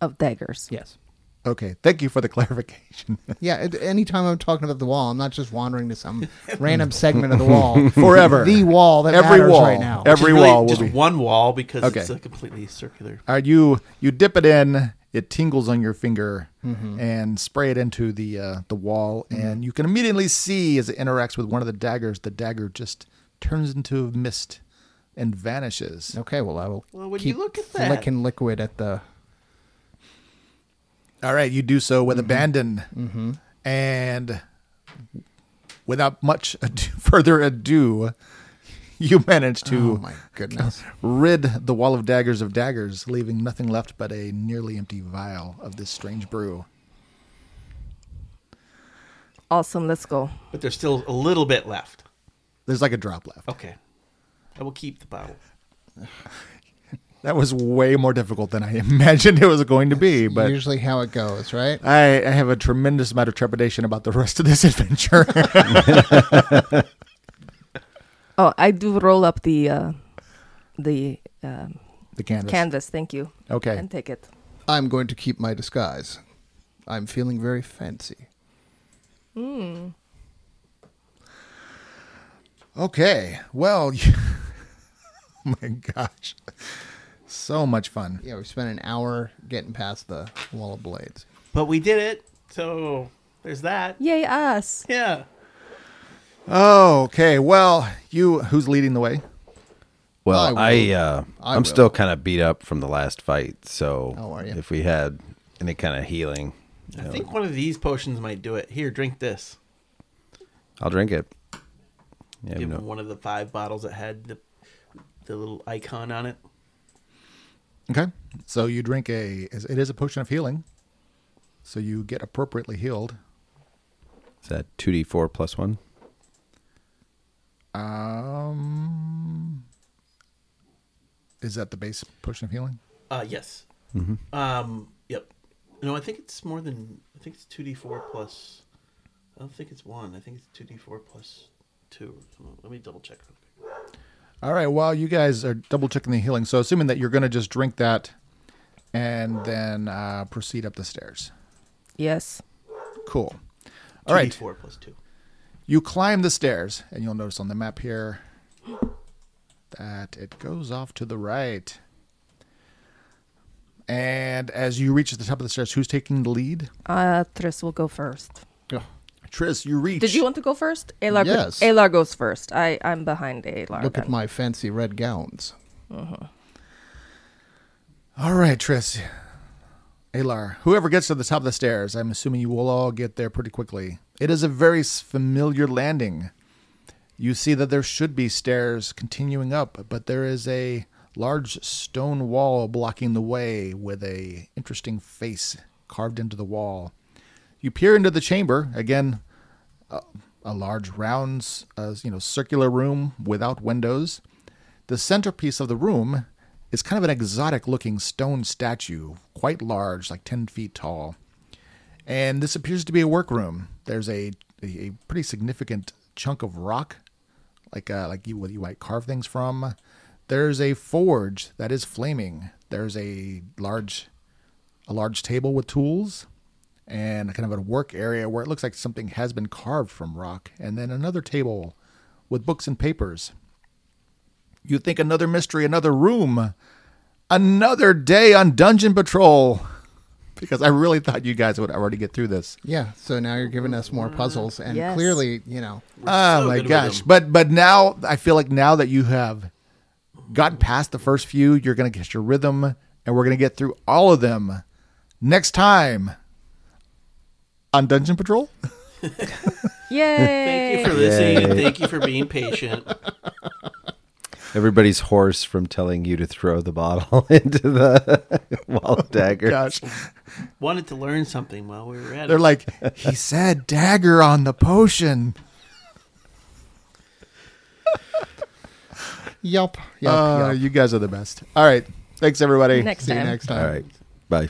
Of daggers. Yes. Okay, thank you for the clarification. Yeah, at- anytime I'm talking about the wall, I'm not just wandering to some random segment of the wall. Forever. The wall that Every matters wall. right now. Every- Just really wall will just be- one wall because Okay. it's a completely circular. All right, you you dip it in. It tingles on your finger and spray it into the uh, the wall, and you can immediately see as it interacts with one of the daggers, the dagger just turns into mist and vanishes. okay, well, I will Well, would keep you look at that? flicking liquid at the... All right, you do so Mm-hmm. with abandon and without much ado, further ado, you manage Oh, to my goodness. rid the wall of daggers of daggers, leaving nothing left but a nearly empty vial of this strange brew. Awesome. Let's go. But there's still a little bit left. There's like a drop left. Okay, I will keep the bottle. That was way more difficult than I imagined it was going to be, but Usually how it goes, right? I, I have a tremendous amount of trepidation about the rest of this adventure. Oh, I do roll up the uh, the um, the canvas. canvas. Thank you. Okay. And take it. I'm going to keep my disguise. I'm feeling very fancy. Okay. Well, you- oh my gosh. So much fun. Yeah, we spent an hour getting past the wall of blades. But we did it, so there's that. Yay us! Yeah. Oh, okay. Well, you who's leading the way? Well, I I, will. uh, I I am will. still kind of beat up from the last fight, so Oh, are you? if we had any kind of healing, you I know, think one of these potions might do it. Here, drink this. I'll drink it. Yeah, Give no- him one of the five bottles that had the the little icon on it. Okay. So you drink a it is a potion of healing. So you get appropriately healed. Is that two d four plus one? Um Is that the base potion of healing? Uh, yes. Mm-hmm. Um, yep. No, I think it's more than. I think it's two d four plus. I don't think it's one. I think it's two d four plus two. or something. Let me double check. real quick. All right. Well, you guys are double checking the healing. So assuming that you're going to just drink that and then uh, proceed up the stairs. Yes. Cool. All right. 2d4 plus two. You climb the stairs, and you'll notice on the map here that it goes off to the right. And as you reach the top of the stairs, who's taking the lead? Uh, Tris will go first. Tris, you reach. Did you want to go first? Alar, Yes. Alar goes first. I, I'm behind Alar. Look at then. my fancy red gowns. All right, Tris. Alar, whoever gets to the top of the stairs, I'm assuming you will all get there pretty quickly. It is a very s- familiar landing. You see that there should be stairs continuing up, but there is a large stone wall blocking the way with a interesting face carved into the wall. You peer into the chamber, again, a large round, uh, you know, circular room without windows. The centerpiece of the room is kind of an exotic-looking stone statue, quite large, like ten feet tall. And this appears to be a workroom. There's a a, a pretty significant chunk of rock, like uh, like you what you might carve things from. There's a forge that is flaming. There's a large a large table with tools and kind of a work area where it looks like something has been carved from rock, and then another table with books and papers. You think another mystery, another room, another day on Dungeon Patrol. Because I really thought you guys would already get through this. Yeah, so now you're giving us Mm, more puzzles, and Yes. clearly, you know, Oh so my good with gosh. them. But but now I feel like now that you have gotten past the first few, you're gonna get your rhythm and we're gonna get through all of them next time on Dungeon Patrol. Yay! Thank you for listening. and Thank you for being patient. Everybody's hoarse from telling you to throw the bottle into the wall of daggers. Gosh. Wanted to learn something while we were at They're it. like, he said dagger on the potion. yup, yup, Uh, yup. Uh, You guys are the best. All right. Thanks, everybody. Next See you time. next time. All right. Bye.